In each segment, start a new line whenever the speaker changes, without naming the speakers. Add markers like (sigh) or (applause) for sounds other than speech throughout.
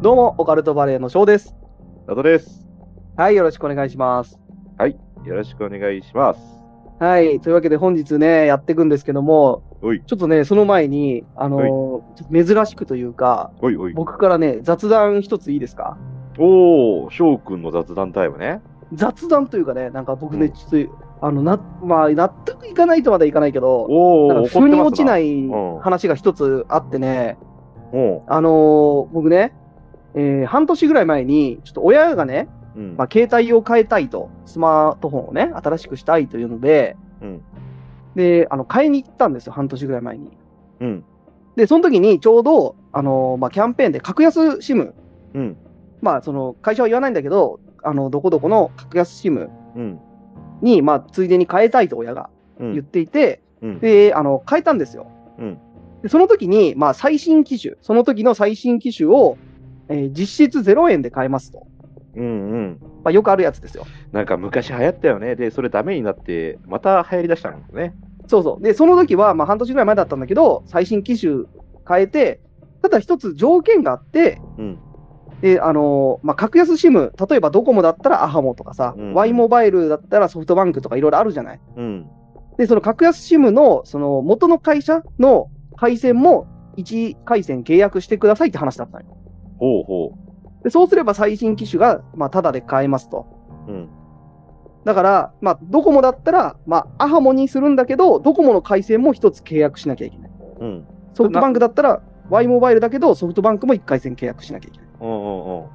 どうも、オカルトバレーの翔です。
ナトです。
はい、よろしくお願いします。
よろしくお願いします。
はい、というわけで本日ね、やっていくんですけども、
おい、
ちょっとね、その前に、あのーちょっと珍しくというか、
おい、おい。
僕からね、雑談一ついいですか
おー、翔くんの雑談タイムね。
雑談というかね、なんか僕ね、ちょっと、あの、な、まあ、納得いかないとまでいかないけど、
お
なん
ー、。
か、腑に落ちないい
うん
話が一つあってね、
お
あのー僕ね、えー半年ぐらい前に、ちょっと親がね、
うん。
まあ、携帯を変えたいと、スマートフォンをね、新しくしたいというので、
うん
で、あの、買いに行ったんですよ、半年ぐらい前に。
うん。
で、その時にちょうど、あのまあ、キャンペーンで格安 SIM、
うん。
まあ、その、会社は言わないんだけど、あの、どこどこの格安 SIM
うん。
に、まあ、ついでに変えたいと親が
うん。
言っていて、
うん。
で、あの、変えたんですよ。
うん
で、その時に、まあ、最新機種、その時の最新機種を、えー実質0円で買えますと。
うん。うん。
まあ、よくあるやつですよ。
なんか昔流行ったよね。で、それダメになって、また流行り出したんですね。
そうそう。で、その時は、まあ、半年ぐらい前だったんだけど、最新機種変えて、ただ一つ条件があって、
うん。
で、あのーまあ、格安 SIM、例えばドコモだったらアハモとかさ、
うん
Y モバイルだったらソフトバンクとかいろいろあるじゃない。
うん。
で、その格安 SIM の、その元の会社の回線も1回線契約してくださいって話だったのよ。
ほうほ
で、そうすれば最新機種が、まあ、ただで買えますと。
う。うん。
だから、まあ、ドコモだったら、まあ、アハモにするんだけど、ドコモの回線も一つ契約しなきゃいけない。
うん。
ソフトバンクだったら、Y モバイルだけど、ソフトバンクも1回戦契約しなきゃいけない。
うんうんうん。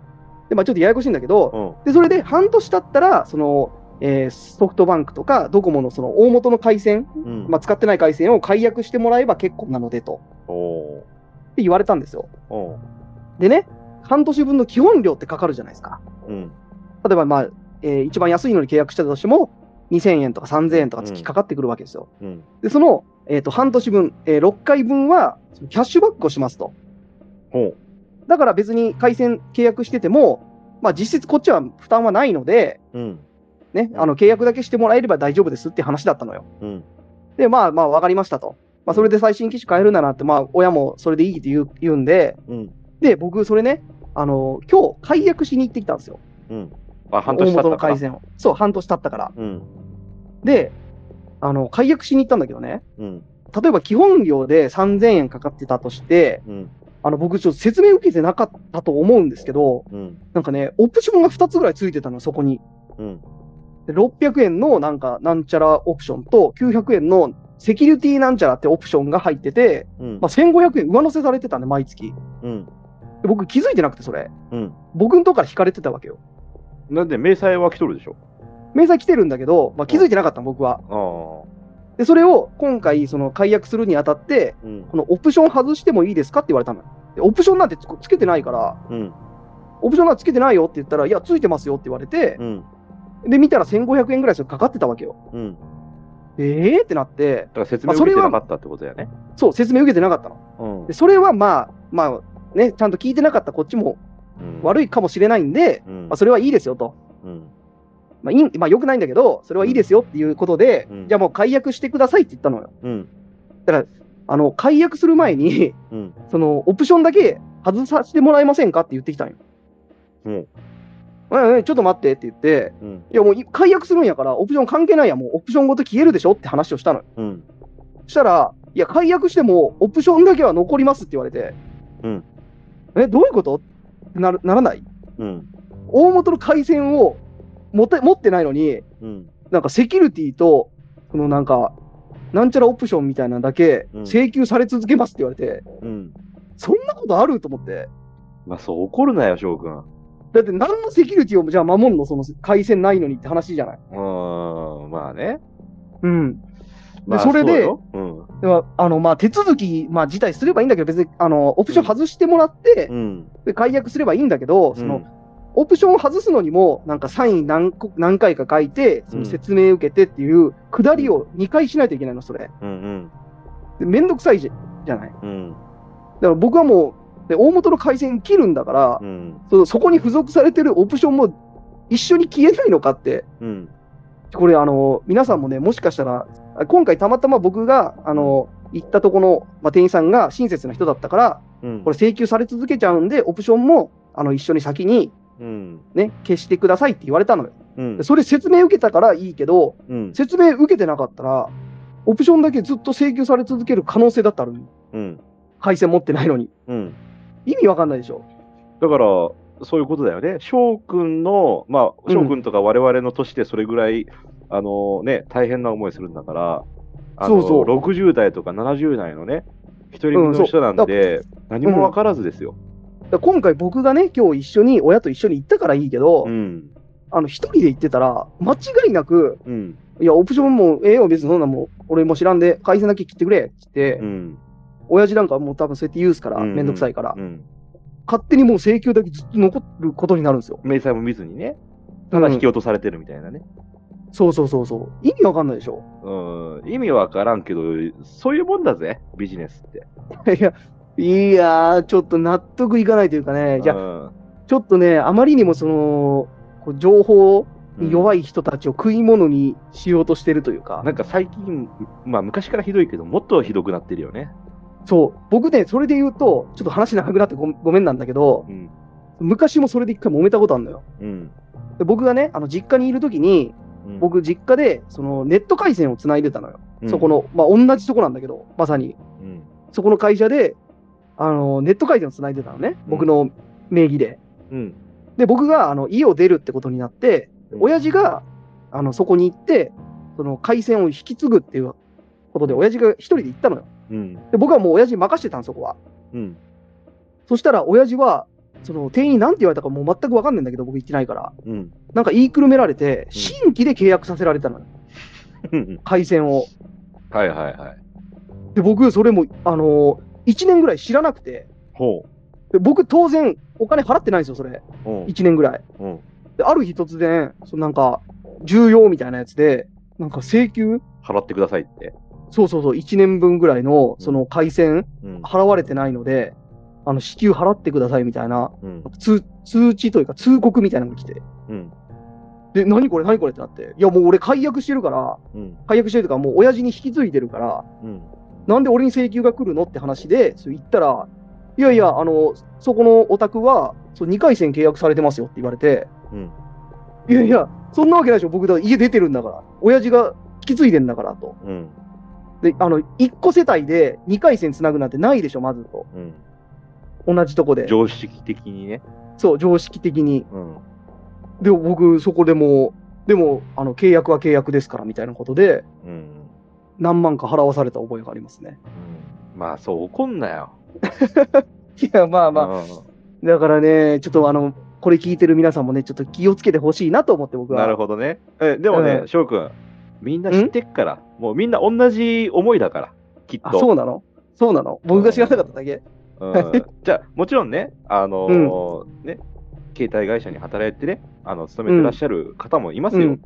で、まあ、ちょっとややこしいんだけど、
うん。
でそれで半年経ったら、そのえーソフトバンクとかドコモのその大元の回線、
うん。
まあ、使ってない回線を解約してもらえば結構なのでと
おー。
って言われたんですよ。
おー。
でね、半年分の基本料ってかかるじゃないですか。
うん。
例えば、まあえー一番安いのに契約してたとしても、2000円とか3000円とか月かかってくるわけですよ。
うん。
で、その、えー、と半年分、え6回分はそのキャッシュバックをしますと。
ほう。
だから別に回線契約してても、まあ、実質こっちは負担はないので、
うん。
ね、あの契約だけしてもらえれば大丈夫ですって話だったのよ。
うん。
で、まあまあ分かりましたと。まあ、それで最新機種変えるならって、まあ、親もそれでいいって言う言うんで、
うん。
で、僕、それね、あの今日解約しに行ってきたんですよ。
うん。あ、半年経
大元
っ
の
たか
回。線を。そう、半年経ったから。
うん。
で、あの解約しに行ったんだけどね、
うん。
例えば基本料で3000円かかってたとして、
うん。
あの僕、ちょっと説明受けてなかったと思うんですけど、
うん。
なんかね、オプションが2つぐらいついてたのよ、そこに。
うん。
で600円のなんかなんちゃらオプションと900円のセキュリティなんちゃらってオプションが入ってて、
うん
まあ、。1500円上乗せされてたんで、毎月。で
うん。
僕気づいてなくて、それ。
うん。
僕のとこから引かれてたわけよ。
なんで、明細は来とるでしょ。
明細来てるんだけど、まあ、気づいてなかったの、僕は。
あ
で、それを今回、その解約するにあたって、
あ。うん。
このオプション外してもいいですかって言われたのよ。でオプションなんてつつけてないから、
うん。
オプションなんてつけてないよって言ったら、いや、ついてますよって言われて
う、ん。
で、見たら1500円ぐらいそれかかってたわけよ。
うん。
えーってなって、
だから説明を受けてなかったってことだよね。
そう、説明受けてなかったの。
うん
で。それはまあ、まあね、ちゃんと聞いてなかったこっちも悪いかもしれないんで、
うん
まあ、それはいいですよと、
うん。
まあいいまあ、よくないんだけど、それはいいですよっていうことで、
うん
じゃあもう解約してくださいって言ったのよ。
うん。
あの解約する前に
うん。
その、オプションだけ外させてもらえませんかって言ってきたんよ。
うん
うんうんちょっと待ってって言って、
うん。
いやもうい解約するんやから、オプション関係ないやん、もうオプションごと消えるでしょって話をしたのよ。
うん。
そしたら、いや、解約してもオプションだけは残りますって言われて、
うん
え、どういうことってなるならない
うん。
大元の回線を持て持ってないのに、
うん。
なんかセキュリティと、そのなんか、なんちゃらオプションみたいなのだけ
うん
請求され続けますって言われて、
うん。
そんなことあると思って。
まあ、そう怒るなよ、翔くん。う
だって何のセキュリティをじゃあ守んのその回線ないのにって話じゃない。
ーん。まあね。
うん。
まあ
それで
うようん。
では、あの、まあ、手続き、まあ、自体すればいいんだけど、別に、あの、オプション外してもらって、
うん。
で解約すればいいんだけど、その、
うん
オプションを外すのにも、なんかサイン何個何回か書いて、その説明受けてっていう、くだりを2回しないといけないの、それ。
うん。
でめんどくさいじじゃない。だか
うん。うん。
ら僕はもう、で大元の回線切るんだから、
うん。
そそこに付属されてるオプションも一緒に消えないのかって、
うん。
これ、あの、皆さんもね、もしかしたら、あ今回たまたま僕が、あの、行ったとこの、まあ、店員さんが親切な人だったから、
うん。
これ請求され続けちゃうんで、オプションもあの、一緒に先に
うん。
ね、消してくださいって言われたのよ。
うん
で。それ説明受けたからいいけど、
うん。
説明受けてなかったら、オプションだけずっと請求され続ける可能性だってあるの
うん。
回線持ってないのに。
うん。
意味わかんないでしょ。
だから、そういうことだよね。翔くんの、まあ、翔くんとか我々の年でそれぐらい、あのね、大変な思いするんだから、あの
そうそう
60代とか70代のね、一人組
うんそ
の
う
人なんで、何も分からずですよ。
だから今回僕がね、今日一緒に、親と一緒に行ったからいいけど、
うん。
あの、一人で行ってたら、間違いなく、
うん。
いや、オプションもええよ、別にそんなもん、俺も知らんで、回線だけ切ってくれ、って言って、
うん。
親父なんかもう多分そうやって言うすから、
うん
めんどくさいから、
うん。
勝手にもう請求だけずっと残ることになるんですよ。
明細も見ずにね、ただ
うん
引き落とされてるみたいなね。
そうそうそうそう。意味わかんないでしょ。
うん、意味わからんけど、そういうもんだぜ、ビジネスっ
(laughs)
て。
いや、いやー、ちょっと納得いかないというかね、いや、
うん
ちょっとね、あまりにもその、こう情報
うん
に弱い人たちを食い物にしようとしてるというか、
なんか最近、まあ昔からひどいけど、もっとひどくなってるよね。
そう、僕ね、それで言うと、ちょっと話長くなってごごめんなんだけど
う、ん。
昔もそれで一回揉めたことあるのよ。
うん。
で僕がね、あの実家にいるときに、
うん、
僕、実家でそのネット回線をつないでたのよ。
うん
そこ、の、まあ、同じとこなんだけど、まさに、
うん。
そこの会社で、あのネット回線をつないでたのね、僕の名義で。
うん。
で、僕があの家を出るってことになって、親父があのそこに行って、その回線を引き継ぐっていうことで、親父が一人で行ったのよ。
うん。
で、僕はもう親父に任してたんそこは。
うん。
そしたら、親父は、その店員に何て言われたかもう全く分かんないんだけど、僕行ってないから、
うん。
なんか言いくるめられて、新規で契約させられたのよ、
うん。
回線を。
はいはいはい。
で、僕、それも、あの1年ぐらい知らなくて、
ほ
で僕、当然、お金払ってないんですよ、それ、
う。うん。
1年ぐらい。
うん。
で、ある日突然、そのなんか、重要みたいなやつで、なんか請求
払ってくださいって。
そうそうそう、1年分ぐらいの、その回線、
うん。
払われてないので、あの、支給払ってくださいみたいな、
うん。
通、通知というか通告みたいなのが来て、
うん。
で、何これ何これってなって、いやもう俺解約してるから、
うん。
解約してるとか、もう親父に引き継いでるから、
うん。
なんで俺に請求が来るのって話で、そう言ったら、いやいや、あの、そこのお宅は、そう2回戦契約されてますよって言われて、
うん
いやいや、そんなわけないでしょ、僕だ、家出てるんだから、親父が引き継いでんだからと。
うん。
で、あの、1個世帯で2回戦つなぐなんてないでしょ、まずと。
うん。
同じとこで。
常識的にね。
そう、常識的に。
うん。
で、僕、そこでもう、でも、あの、契約は契約ですから、みたいなことで、
うん。
何万か払わされた覚えがありますね。 (laughs)
うんまあそう怒んなよ。
いや、まあまあ、
あ、
だからね、ちょっとあの、これ聞いてる皆さんもね、ちょっと気をつけてほしいなと思って、僕は。
なるほどね。えでもね
う、ん
翔くん、みんな知ってっから、もうみんな同じ思いだから、きっ
あ、そ
と。
うなのそうなの僕が知らなかっただけ。
うんじゃあ、もちろんね、あのーね、携帯会社に働いてね、あの勤めてらっしゃる方もいます
う
よ
ん。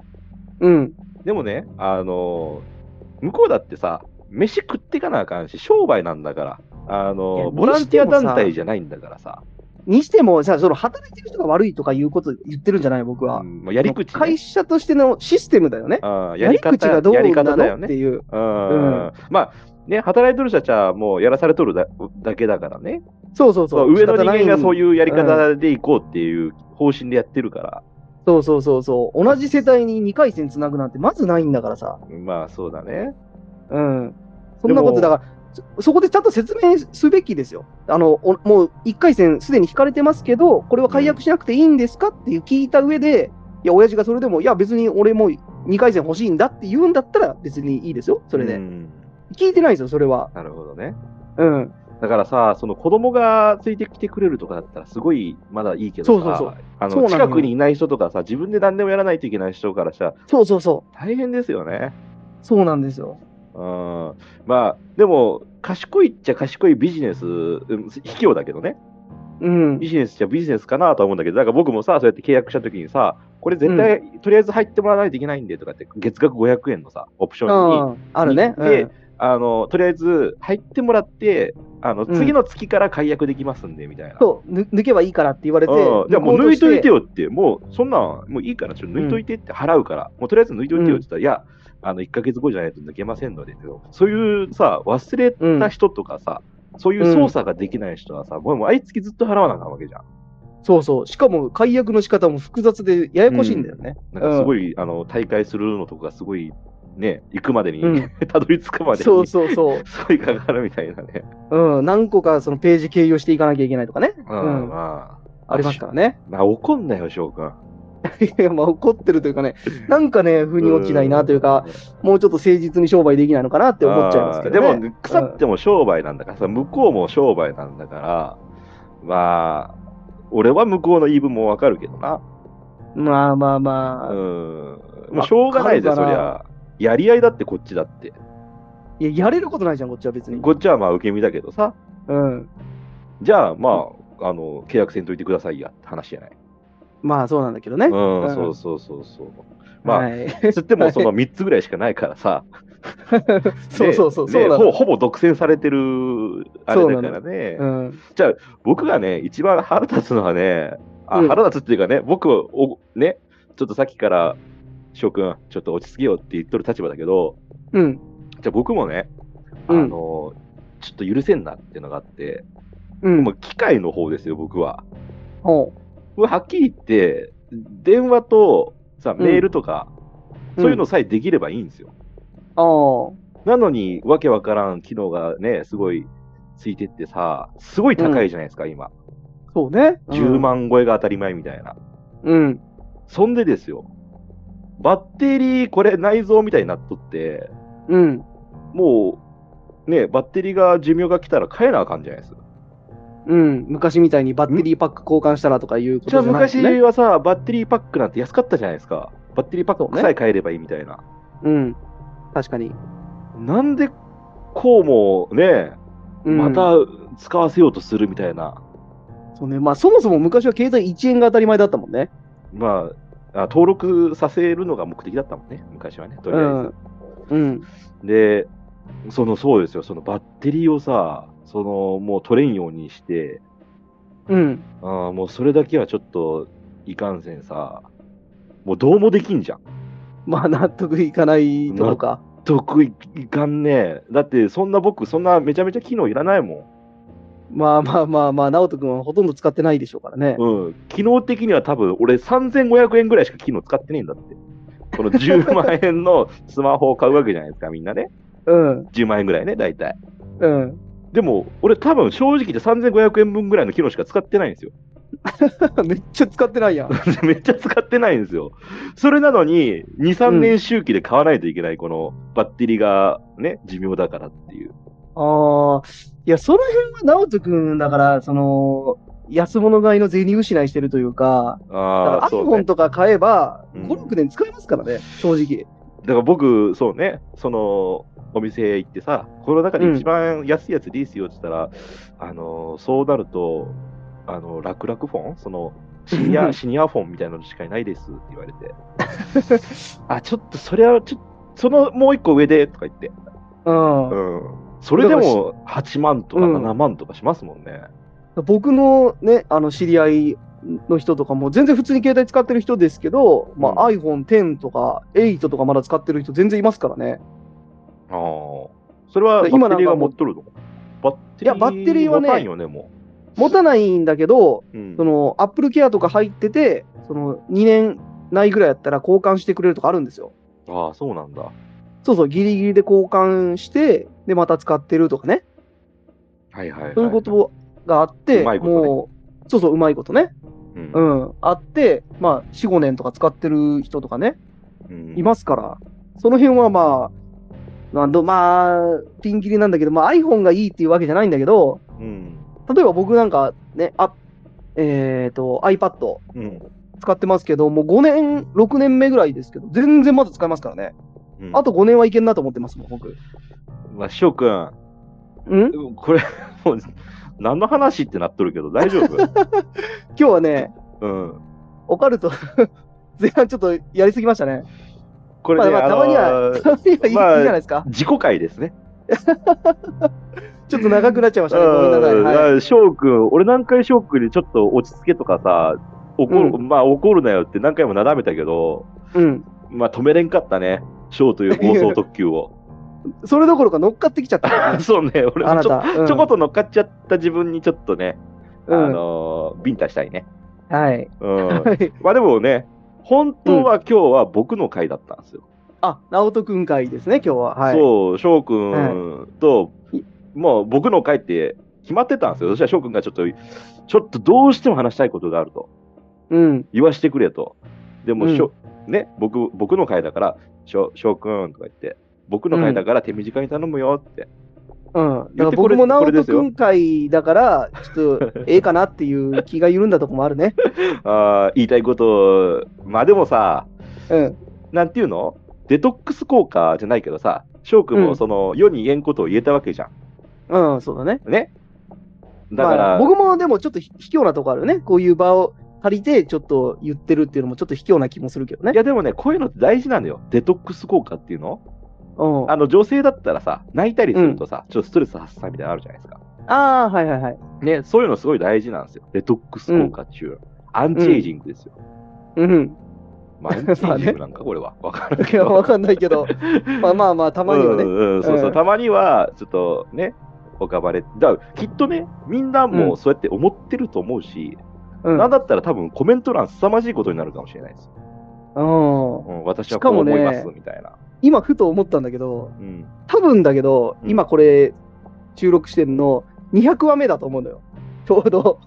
うん。
でもね、あのー向こうだってさ、飯食ってかなあかんし、商売なんだから、あ
い
のー
や
ボランティア
にしても
団
さ
体じゃないんだからさ、
にしても、さ、その、働いてる人が悪いとかいうこと言ってるんじゃない僕は。
うんもうやり口、ね
会社としてのシステムだよね。
あー
やり口がどう
やり方
な
だよ
のっ
ね
て。いう。
うん
う
まあね、働いてる人たちはもうやらされとるだだけだからね
そうそう
そ
そうう。
上の人間がそ
う。
ういうやり方でいこうっていう方針でやってるから、
そうそうそうそう。同じ世帯に2回戦つなぐなんてまずないんだからさ。
まあそうだね
うん。そんなこ
でも
と、だから、そそこでちゃんと説明すべきですよ。あの、おもう1回戦すでに引かれてますけど、これは解約しなくていいんですかっていう聞いた上で、いや、親父がそれでも、いや、別に俺も2回戦欲しいんだって言うんだったら別にいいですよ。それで。
うん
聞いてないですよ、それは。
なるほどね
うん。
だからさその子供がついてきてくれるとかだったらすごいまだいいけどさ
そうそうそう
あ
そう
の
なのよ
近くにいない人とかさ自分で何でもやらないといけない人からしたら
そうそうそ
大変ですよね
う。そうなんですよ。
うんまあでも賢いっちゃ賢いビジネスうん卑怯だけどね
うん。
ビジネスじゃビジネスかなとは思うんだけど、だから僕もさ、そうやって契約したときにさ、これ絶対、とりあえず入ってもらわないといけないんでとかって、月額500円のさ、オプシ
う
ョンに、
ん。あるね。う
で
ん。
あのとりあえず入ってもらって、あの
うん
次の月から解約できますんでみたいな。
そう、ぬ抜けばいいからって言われて。
うんじゃあもう
向こ
抜い
して
といてよって、もうそんなん、もういいから、ちょっと抜いといてって払うから、もうとりあえず抜いといてよって言ったら、いや、あの1ヶ月後じゃないと抜けませんのでって、そういうさ、忘れた人とかさ、そういう操作ができない人はさ、もう毎月ずっと払わなあかんわけじゃん。
そうそう。しかも解約の仕方も複雑でややこしいんだよね。
なんかすごい、あの、大会するのとか、すごい、ね、行くまでに、
うん。
(laughs) たどり着くまでに、
そうそうそう。
すごいかかるみたいなね。
うん。何個かそのページ経由していかなきゃいけないとかね。
うん、
うん
まあ。
ありますからね。 (laughs)
まあ、怒んなよ、翔くん。
いや、まあ怒ってるというかね、なんかね、腑に落ちないなというか、もうちょっと誠実に商売できないのかなって思っちゃいますけどね。
あーでも、腐っても商売なんだからさ、向こうも商売なんだから、まあ、俺は向こうの言い分もわかるけどな。
まあまあま
う
あ、
ん。もうしょうがないぜ、
わか
そ
る
り
か
ゃ。やり合いだって、こっちだって。
いや、やれることないじゃん、こっちは別に。
こっちはまあ、受け身だけどさ。
うん。
じゃあ、まあ、あの、契約せんといてくださいやって話じゃない。
まあそうなんだけどね。
うん、
うん
そうそうそうそう。まあ、
はい、
つってもその3つぐらいしかないからさ。
(laughs) そうそうそう、
ね
そうな
ほ
の。
ほぼ独占されてるあれだからね、
うん、
僕がね一番腹立つのはねあ、
うん
腹立つっていうかね僕をねちょっとさっきから翔くんちょっと落ち着けよって言っとる立場だけど
うん、
じゃあ僕もねあ
うん
の、ちょっと許せんなっていうのがあって
うん。
もう機械の方ですよ僕は
ほ
僕ははっきり言って電話とさ
うん
メールとか、
うん
そういうのさえできればいいんですよ、
うあ
なのにわけわからん機能がねすごいついてってさすごい高いじゃないですか、今
あ、そうね。
10万超えが当たり前みたいな。
うん。
そんでですよ、バッテリー、これ内蔵みたいになっとって、
うん、うん。
もう、ね、バッテリーが寿命が来たら変えなあかんじゃないですか。
うん。昔みたいにバッテリーパック交換したらとかいうこ
じゃ
と
あ
じゃないです
昔
ね。
はさ、バッテリーパックなんて安かったじゃないですか。バッテリーパックさえ変えればいいみたいな。
うん。確かに。
なんでこうもね、
うん
また使わせようとするみたいな。
そうね。まあそもそも昔は携帯1円が当たり前だったもんね。
まあ、あ登録させるのが目的だったもんね、昔はね、とり
う
あえず。
ん。うん。
で、そのそうですよ、そのバッテリーをさ、そのもう取れんようにして、
うん。
あーもうそれだけはちょっといかんせんさ、もうどうもできんじゃん。
まあ納得いかないとか。
得意いかんねえ。だってそんな僕、そんなめちゃめちゃ機能いらないも
まあまあまあまあ、直人君はほとんど使ってないでしょうからね。
ん。うん。機能的には多分俺3500円ぐらいしか機能使ってねえんだって。この10万円のスマホを買うわけじゃないですか、みんなね。
うん。
10万円ぐらいね、大体。
うん。 (laughs)
でも、俺多分正直言って3500円分ぐらいの機能しか使ってないんですよ。
めっちゃ使ってないやん。
(laughs) めっちゃ使ってないんですよ。それなのに、2、3
うん
年周期で買わないといけない、このバッテリーがね、寿命だからっていう。
ああ、いや、その辺は直人君だから、その、安物買いの銭失いしてるというか、だか
あ
ら
あ、そうね
iPhone。とか買えば、
うん
5、6年使えますからね、正直。
だから僕、そうね、その、お店行ってさ、この中で一番安いやつでいいっすよって言ったら、あの、そうなると、あの、楽々フォンその、シ
(laughs)
ニア、シニアフォンみたいなのしかいないですって言われて。
(laughs)
あ、ちょっと、それは、ちょっと、そのもう一個上でとか言って。
う
うん。それでも8万とか7万とかしますもんね。
ん。僕のね、あの、知り合いの人とかも、全然普通に携帯使ってる人ですけど、まあ、iPhone X とか8とかまだ使ってる人全然いますからね。
ああ。それは
今
今
な
バ
んか
ッテリーが
も
持
う
っとるのバッテリー
いやバッテリーはね
持たんよね、も
持たないんだけど、
う。うん
その、Apple Care とか入ってて、その、2年ないぐらいやったら交換してくれるとかあるんですよ。
ああ、そうなんだ。は
そうそう、ギリギリで交換して、で、また使ってるとかね、
いはい、はい。
そういうことがあって、
うまいことね
もう、そうそう、うまいことね、
うん
う。ん、あって、まあ、4、5年とか使ってる人とかね、
うん
いますから、その辺はまあ、なんどまあ、ピンキリなんだけど、まあ、iPhone がいいっていうわけじゃないんだけど、
うん。
例えば僕なんかね、あえっ、と、iPad
うん。
使ってますけど、もう5年、6年目ぐらいですけど、全然まだ使えますからね。
うん
あと5年はいけんなと思ってますもん、僕。
まあ、翔くん、
うん
これ、 (laughs) もう、何の話ってなっとるけど、大丈夫
今
(laughs)
日はね、
うん。
オカルト (laughs) 前半ちょっとやりすぎましたね。
これ
まあ
ね、
まあ、
あ
た
の
まには、
ー
(laughs) たまにはいい,、
ま
じ
あ
ゃないですか。
自己回ですね。
ちょっと長くなっちゃいましたね。ごめんなさい。
うん
はい、
あ翔くん、俺何回翔くんにちょっと落ち着けとかさ、怒る、
う
まあ怒るなよって何回もなだめたけど、
うん。
まあ止めれんかったね。翔という暴走特急を。
それどころか乗っかってきちゃった
(laughs)
からね、
そうね、俺
あ
も
な
ちょ
た。うん
ちょこっと乗っかっちゃった自分にちょっとね、
うん
あのービンタしたいね。
はい。 (laughs)
うん、まあでもね、本当は今日は僕の回だったんですよ。
あ、直人くん会ですね、今日は。はい。
そう、翔くんと、もう僕の回って決まってたんですよ。そしたら翔くんがちょっと、ちょっとどうしても話したいことがあると、
うん。
言わしてくれと。でもしょ、ね、僕、僕の回だから、翔翔くんとか言って、僕の回だから手短に頼むよって。
うん。だから
言ってこ
僕
れ
も
こ
直
れで
人
すよ
くん会だから、ちょっ
(laughs)
と、ええかなっていう気が緩んだとこもあるね。
あー言いたいこと、まあでもさ、
うん。
なんていうのデトックス効果じゃないけどさ、翔くんもその、世に言えんことを言えたわけじゃ
うん、そうだね。
ん。ね。だから、
まあ僕もでもちょっとひ卑怯なとこあるね。こういう場を借りて、ちょっと言ってるっていうのもちょっと卑怯な気もするけどね
い。やでもね、こういうのって大事なのよ。デトックス効果っていうの
うん。あ
あの女性だったらさ、泣いたりするとさ、ちょっとストレス発散みたいなのあるじゃないですか。
あー、はいはいはい。
ね、そういうのすごい大事なんですよ。デトックス効果っていう。アンチエイジングですよ。
うん。
まあ、アンチエイジングなんかこれは。わからん
い
け
や、
ど。
わかんないけど、まあまあまあ、たまには
う
ね。
んうんそうそうう。
ん
たまには、ちょっとね、おかばれ。だからきっとね、みんなもそうやって思ってると思 (laughs) うし、
うん。
なんだったら多分コメント欄凄まじいことになるかもしれないですよ。
うん
うん、私はこう思います、
しかも
みたいな。
今、ふと思ったんだけど、
うん。
多分だけど、
うん
今これ、収録してんの、200話目だと思うのよ。 (laughs) ちょうど。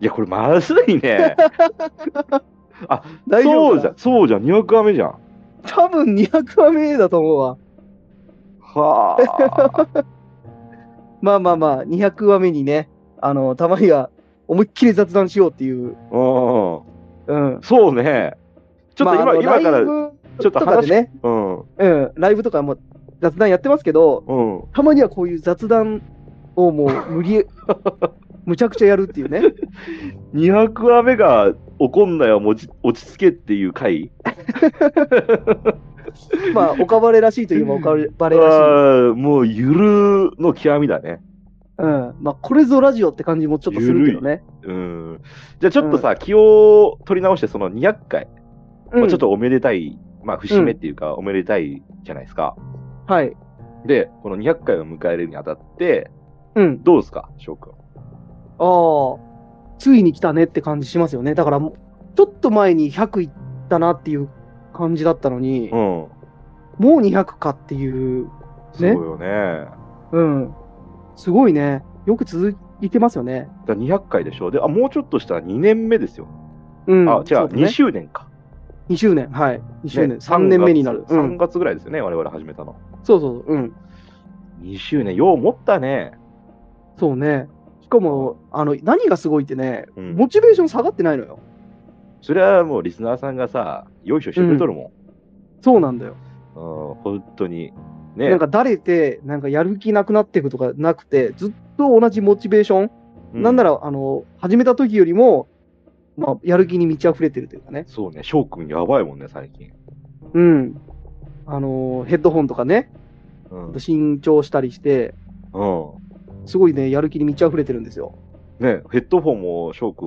いや、これまずいね。
(laughs) 大丈
そ
夫
うじ
か
ゃん、そうじゃん、2 0話目じゃん。
多分200話目だと思うわ。
はあ。
まあまあまあ、200話目にね、あの、たまには思いっきり雑談しようっていう。
う
うん
ん。。そうね。ちょっと今、
まああの
今か
ライ
ら、
ブ
ちょ
と
っと
か
話
でね、
うん、
うん、ライブとかも雑談やってますけど、
うん。
たまにはこういう雑談をもう無
(laughs)
理、むちゃくちゃやるっていうね。
200話目が怒んなよ、もち落ち着けっていう回
まあ、おかばれらしいといえばおかば
あ
れらしい。
ーもうゆるの極みだね。
うん。まあ、これぞラジオって感じもちょっとするけどね。
うん。じゃあちょっとさ、気を取り直して、その200回、
う
ま
ん、
あちょっとおめでたい、まあ節目っていうか、おめでたいじゃないですか。
はい。
で、この200回を迎えるにあたって、
うん。
どうですか、翔くん。
ああ、ついに来たねって感じしますよね。だからもう、ちょっと前に100いったなっていう感じだったのに、
うん。
もう200かっていう、
そうよね。
うん。すごいね。よく続いてますよね。
だから200回でしょ。で、あ、もうちょっとしたら2年目ですよ。
うん。
あ、じゃあ
そうだね
2周年か。
2周年、はい。2周
ね
年、3年目になる。う
3
ん。
月ぐらいですよね、我々始めたの。
そうそう、うん。
2周年、よう持ったね。
そうね。しかも、あの、何がすごいってね、
うん
モチベーション下がってないのよ。
それはもうリスナーさんがさ、よいしょしてくれとるもん。
そうなんだよ。
うん、本当に。ね。
なんか、だれて、なんか、やる気なくなっていくとかなくて、ずっと同じモチベーション、
う
なんなら、あの、始めた時よりも、まあ、やる気に満ち溢れてるというかね。
そうね、翔くんやばいもんね、最近。
うん。あの、ヘッドホンとかね、
うん。
新調したりして、
うん、
すごいね、やる気に満ち溢れてるんですよ。
ね、ヘッドフォンも翔く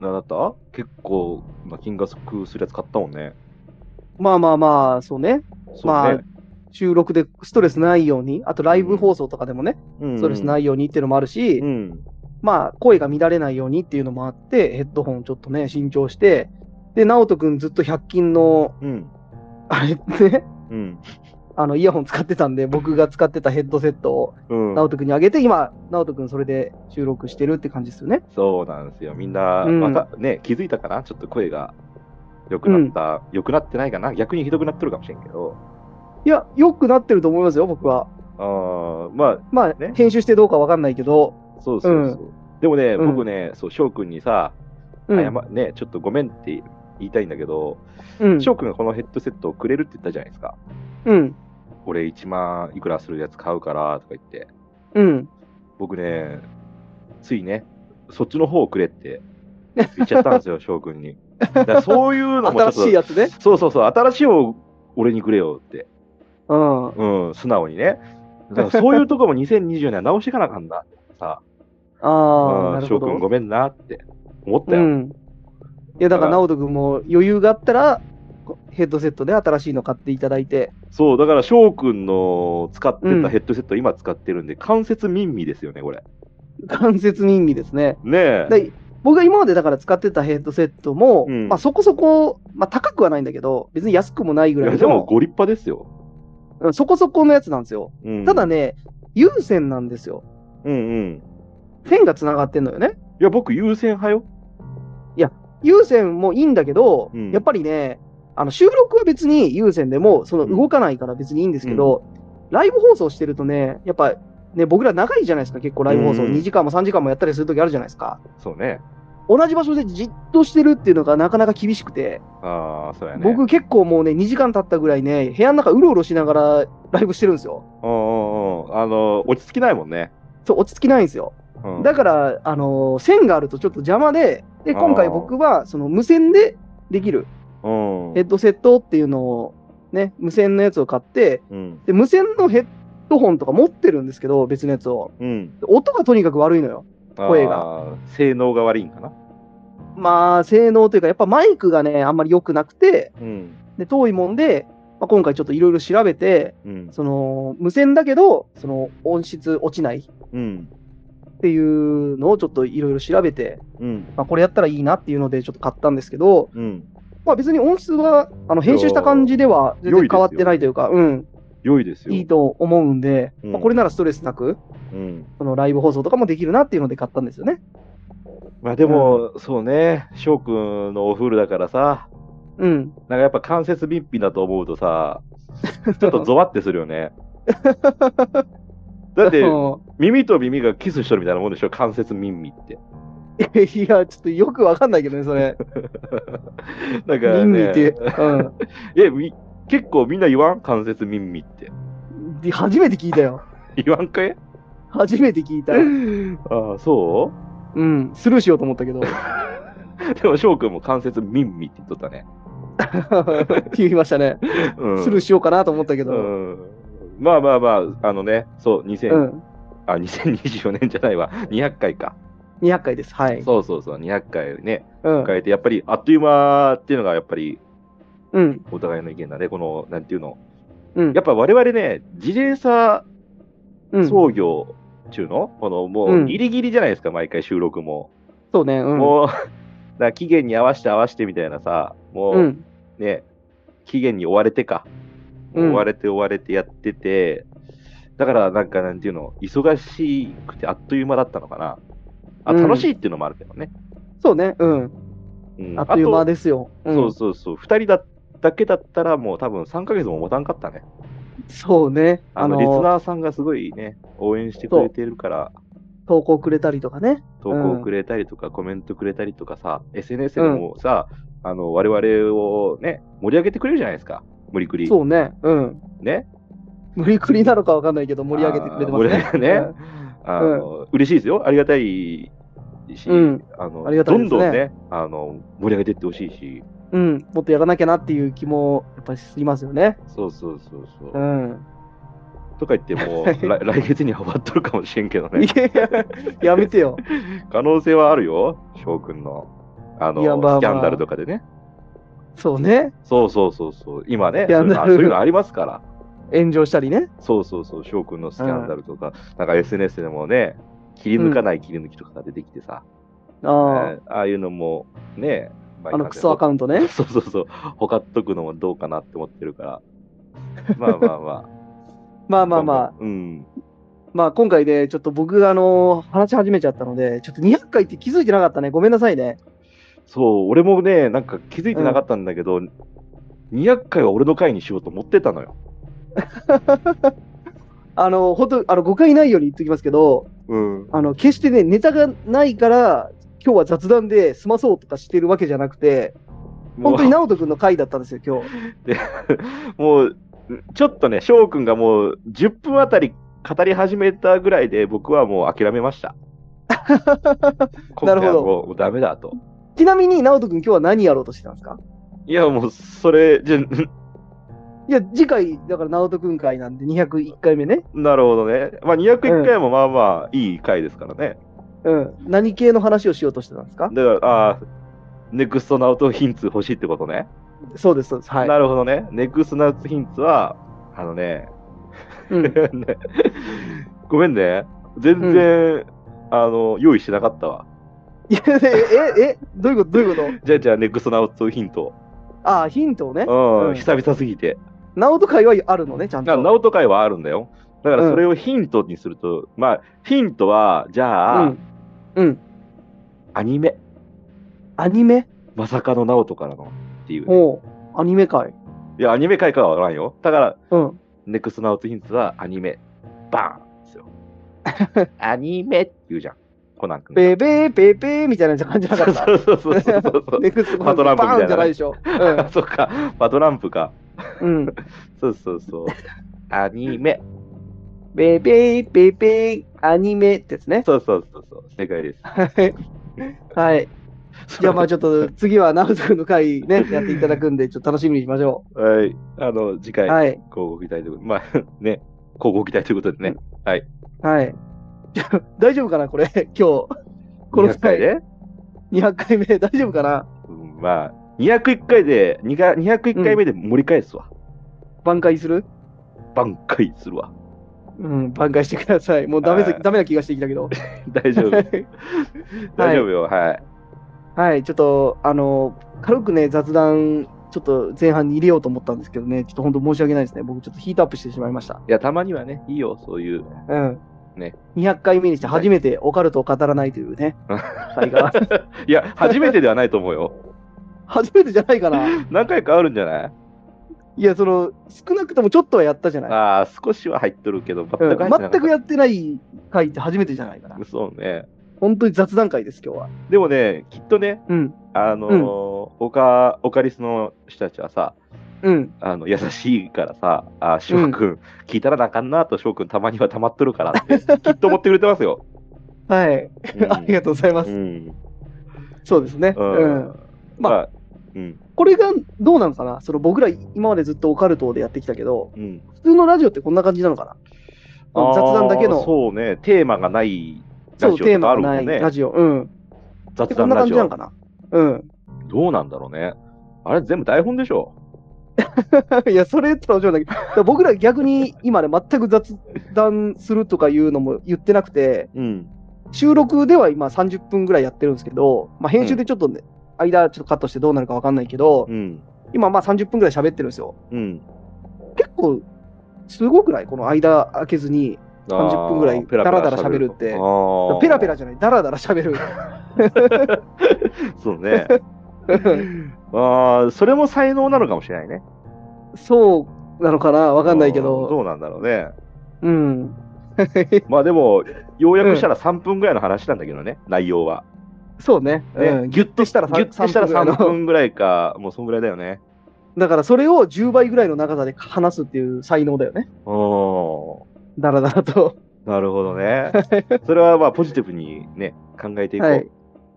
ん、なんだった結構な金額するやつ買ったもんね。
まあまあまあ、そうね。
そうね
まあ、収録でストレスないように、あとライブ放送とかでもね、
うん。
ストレスないいようにっていうのもあるし、
うん。
まあ、声が乱れないようにっていうのもあって、ヘッドホンちょっとね、新調して、で、直人くんずっと100均の、
うん。
あれね、
うん。
あの、イヤホン使ってたんで、僕が使ってたヘッドセットを
うん。
直人くんにあげて、今、直人くんそれで収録してるって感じですよね。
そうなんですよ。みんな、
うん
わかね、気づいたかなちょっと声が良くなった、良くなってないかな逆にひどくなってるかもしれんけど。
いや、良くなってると思いますよ、僕は。
あーま
まあ、
ね
編集してどうかわかんないけど、
あ、そうそうそう。でもね、
うん
僕ね、そう、翔くんにさ、
うん、
謝ね、ちょっとごめんって言いたいんだけど、
うん、
翔くんがこのヘッドセットをくれるって言ったじゃないですか。
うん、
俺1万いくらするやつ買うからとか言って。
うん。
僕ね、ついね、そっちの方をくれって言っちゃったんです
(laughs)
よ、翔くんに。だからそういうのもちょ
新
っと
しいやつね。
そうそうそう、新しいを俺にくれよって、
うん。
うん、素直にね。だからそういうとこも2020年は直していかなあかんなってさ、
(laughs) ああ、
う
なんる
翔
ほ
く
ど。
んごめんなって思った
う
よ。
ん。いや、だから、
だから
直人君も余裕があったら、こヘッドセットで新しいの買っていただいて。
そう、だから翔くんの使って
うん
たヘッドセット、今使ってるんで、関節ミンミですよね、これ。
関節耳ですね。
ねえ。
で僕が今までだから使ってたヘッドセットも、
うん
まあそこそこ、まあ高くはないんだけど、別に安くもないぐ
い
ら
や、
い
でも
の、
ご立派ですよ。
うんそこそこのやつなんですよ。
うん
ただ、ね、有線なんですよ。
うんうん。
線が繋がってんのよね。
いや、僕、優先派よ。
有線もいいんだけど、
うん
やっぱりね、あの収録は別に有線でも、その動かないから別にいいんですけど、ライブ放送してるとね、やっぱ、ね、僕ら長いじゃないですか、結構ライブ放送、
うん
2時間も3時間もやったりするときあるじゃないですか。
そうね。
同じ場所でじっとしてるっていうのがなかなか厳しくて、
ああ、そうやね。
僕結構もうね、2時間経ったぐらいね、部屋の中うろうろしながらライブしてるんですよ。
うんうんうん。あの、落ち着きないもんね。
そう、落ち着きないんですよ。
うん、
だから、あのー線があるとちょっと邪魔で、で、
あー
今回僕は、その無線でできる
うん
ヘッドセットっていうのを、ね、無線のやつを買って、
うん。
で、無線のヘッドホンとか持ってるんですけど、別のやつを。
うん。
で音がとにかく悪いのよ。声
が。性能が悪いんかな。
まあ、性能というか、やっぱマイクがね、あんまり良くなくて、
うん。
で、遠いもんで、まあ、今回ちょっといろいろ調べて、
うん。
その、無線だけど、その、音質落ちないっ
うん。
ていうのをちょっといろいろ調べて、
うん。
まあ、これやったらいいなっていうので、ちょっと買ったんですけど、
うん。
まあ別に音質は、あの編集した感じでは全然変わってないというか、うん、
良いですよ。
いいと思うんで、
うん
まあ、これならストレスなく、
うん。
そのライブ放送とかもできるなっていうので買ったんですよね。
まあでも、そうね、翔くんのお風呂だからさ、
うん。
なんかやっぱ関節密閉だと思う
(laughs)
とさ、ちょっとゾワってするよね。
(laughs)
だって、
う
耳と耳がキスしとるみたいなもんでしょ、関節耳って。
んいや、ちょっとよくわかんないけどね、それ。
なんか、
耳
ね、
って、うん
えみ結構みんな言わん関節耳って。
で初めて聞いたよ。
言わんかい
初めて聞いた。
ああ、そ
うん、スルーしようと思ったけど、
(laughs) うでも翔くんも関節耳って言っとったね。
言いましたね。
うん、
スルーしようかなと思ったけ
う
ど、
ん。まあまあまあ、あのね、そう、2000、
うん、
あ、2024年じゃないわ、200回か。
200回です。はい。
そうそうそう、200回ね、
うん
迎えて、やっぱりあっという間っていうのが、やっぱり
うん、
お互いの意見だね、この、なんていうの、
うん
やっぱ我々ね、自転車
うん、そう
操業中の、このも
うん
うギリギリじゃないですか、毎回収録も。
ね、うん、
もう、 (laughs) だから期限に合わせて合わせてみたいなさ、もう、
うん、
ね、期限に追われてか、
うん
追われて追われてやってて、だからなんかなんていうの、忙しくてあっという間だったのかな。あ
うん
楽しいっていうのもあるけどね。
そうね、うん、
うん
あっという間
で、
ですよ。うん
そうそうそう、2人だだけだったらもう多分3ヶ月も持たんかったね。
そうね、
あ
あ
の
の
リスナーさんがすごいね、応援してくれてるから、
投稿くれたりとかね。
投稿くれたりとか、コメントくれたりとかさ、SNS でもさ、あの我々をね、盛り上げてくれるじゃないですか、無理くり。
そうね、うん。
ね、
無理くりなのかわかんないけど、盛り上げてくれてます
あー
ね。
盛り上げてねあの、嬉しいですよ、ありがたいし、
うん
あの
ありがたいですね
どんどんねあの、盛り上げていってほしいし、
うん、うんもっとやらなきゃなっていう気もやっぱりしますよね。
そうそうそうそう。
うん。
とか言っ
(laughs)
ても、来来月には終わっとるかもしれんけど
い
ね、
やい (laughs) や、やめてよ。
可能性はあるよ、翔くんのあの、
いやまあまあ
スキャンダルとかでね。
そうね、
そうそうそうそう、今
ス、
ね
キ
そ
ャ
う
ン
いうの
ダ
あ
ル
そういうのありますから。
炎上したりね。
そうそうそう、翔くんのスキャンダルとか、なんか SNS でもね、切り抜かない切り抜きとかが出てきてさ、
あ
えーああいうのもね、ま
あ、あのクソアカウント
ね
ね。
(laughs) そうそうそう、ほかっとくのもどうかなって思ってるから、まあまあま
まあ
あ。
(laughs) まあまあ、
あ。うん。
まあ今回ね、ちょっと僕があの、話し始めちゃったので、ちょっと200回って気づいてなかったね。ごめんなさいね。
そう、俺もね、なんか気づいてなかったんだけど、200回は俺の回にしようと思ってたのよ。
あの、本当あの、誤解ないように言っておきますけど、
うん。
あの、決してね、ネタがないから、今日は雑談で済まそうとかしてるわけじゃなくて、本当に
も
直人君の回だったんですよ、今日。
う、もうちょっとね、翔くんがもう10分あたり語り始めたぐらいで、僕はもう諦めました。
(laughs) なるほど
今回はもうもうダメだと。
ちなみに直人君、今日は何やろうとしてたんですか
いや、もうそれ、じゃ、
いや、次回、だから直人君回なんで、201回目ね。
なるほどね。まあ201回もまあまあいい回ですからね。
うん。何系の話をしようとしてたんですか
だから、ああー、ネクストナウトヒンツ欲しいってことね。
そうです、そうです。はい。
なるほどね。ネクストナウトヒンツは、あのね、 (laughs)
うん、
ごめんね。全然、あの、用意してなかったわ。
いやえ、え、え、どういうことどういうこと
じゃあ、じゃあ、ネクストナオトヒント。
ああ、ヒントをね。
うん、
うん
久々すぎて。
ナオト会はあるのね、ちゃん
な
と。
ナオト会はあるんだよ。だから、それをヒントにすると、まあ、ヒントは、じゃあ、
うん。うん。
アニメ。
アニメ
まさかのナオトからのっていうね、
おうアニメ会。
いや、アニメ会からはわからんよ。だから、
うん。
ネクストナウトヒントはアニメ。バーンですよ。
(laughs)
アニメって言うじゃん。コナン君が。
ペーペーペーペーみたいな感じじゃなかった。
(laughs) そうそうそうそうそうそう。
ネクスト
パトランプみたい
バー
なね
ンじゃないでしょ。
あ (laughs) そっか、バトランプか。
うん。うん。
そうそう
(laughs)
そう。アニメ。
ペーペーペーペーアニメですね。
そうそうそうそう。正解です。
はい。
(laughs)
はい。じゃあまあちょっと次はナウト君の会ね、 (laughs) やっていただくんで、ちょっと楽しみにしましょ
はい。あの、次
う。
回、
はい。
乞うご期待ということで、まあ (laughs) ね、乞うご期待ということでね、
はい。大丈夫かなこれ、 (laughs) 今日。この
200回
回、
で、
200回目、 (laughs) 大丈夫かな
うんまあ、201回で、2か201回目で盛り返すわ。
挽回する
挽回するわ。
うん、挽回してください。もうダメ
は
ぜ
い
ダメな気がしてきたけど。
大丈夫。大丈夫よ。はい。
(laughs) はい、ちょっと、あの、軽くね、雑談、ちょっと前半に入れようと思ったんですけどね、ちょっと本当申し訳ないですね。僕、ちょっとヒートアップしてしまいました。
いや、たまにはね、いいよ、そういう。
うん。
ね。
200回目にして初めてオカルトを語らないという
(laughs)
ね、会が。
いや、初めてではないと思うよ。
初めてじゃないかな。
何回かあるんじゃない
いや、その、少なくともちょっとはやったじゃない。
ああ、少しは入っとるけど、全
う
く入
ん
ってなかった。
全くやってない回って初めてじゃないかな。
そうね。
本当に雑談会です、今日は。
でもね、きっとね、
うん。
あのーオカオカリスの人たちはさ、
うん。
あの優しいからさ、あー翔くん、聞いたらなあかんなと、翔くん、たまにはたまっとるからって、きっと思ってくれてますよ。
はい。 (laughs) ありがとうございます。
うん。
そうですね。
う
うん
ん。。
ま
ま
あ
あ、うん。
これがどうなんかなその僕ら今までずっとオカルトでやってきたけど、
うん。
普通のラジオってこんな感じなのかな雑談だけ
あー
の、
そうね、テーマがないラ
そう、
ジオと
テー
か
マ
あるも
が
ん
ない
ね
ラ。ジオ。うん。
雑
でこん
談
な
ラ
感
ジ
じなの
オ
か。なうん。
どうなんだろうね。あれ、全部台本でしょ。
(laughs) いや、それって面白いんだけど、だから僕ら逆に今ね、全く雑談するとかいうのも言ってなくて、
うん。
収録では今30分ぐらいやってるんですけど、まあ、編集でちょっとね、間ちょっとカットしてどうなるかわかんないけど、
うん。
今まあ30分ぐらい喋ってるんですよ。
うん。
結構、すごくないこの間空けずに、30分ぐらいダラダラ喋るってペラペラ
じ
じゃない、ダラダラ喋る。
ゃん。そうね。ああ、それも才能なのかもしれないね。
(laughs) そうなのか (laughs) なわ
わ
かんないけ
ど
ど。
うなんだろうね。
うん。
まあでも、要約したら3分ぐらいの話なんだけどね、内容は。
そうね。
ね
うん、ギュッとしたら
ギュッとしたら
3
3
分。
分ぐらいか、もうそんぐらいだよね。
だからそれを10倍ぐらいの長さで話すっていう才能だよね。
お
ダラダラと。
なるほどね。それはまあポジティブにね、考えていこう。
はい。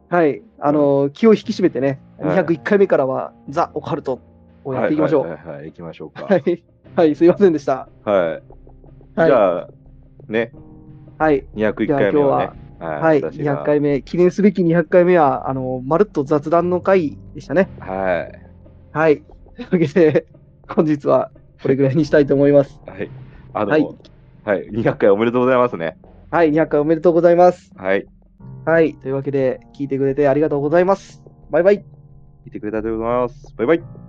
はい。あのー気を引き締めてね、
はい
201回目からは、ザ・オカルトをやっていきましょう。
は
はい
はいはいはい、行きましょうか。
い。はい、すいませんでした。
はい。
はい。
じゃあ、ね、
はい。
201
じゃあ
回目をね。
はい。
私が
200回目、記念すべき200回目は、あのーまるっと雑談の回でしたね。
はい。
はい。というわけで、本日はこれぐらいにしたいと思います。
はい。あの、
は
はいい、200回おめでとうございますね。
はい。200回おめでとうございます。
はい。
はい。というわけで、聞いてくれてありがとうございます。バイバイ。
見てくれたありがとうございます。バイバイ。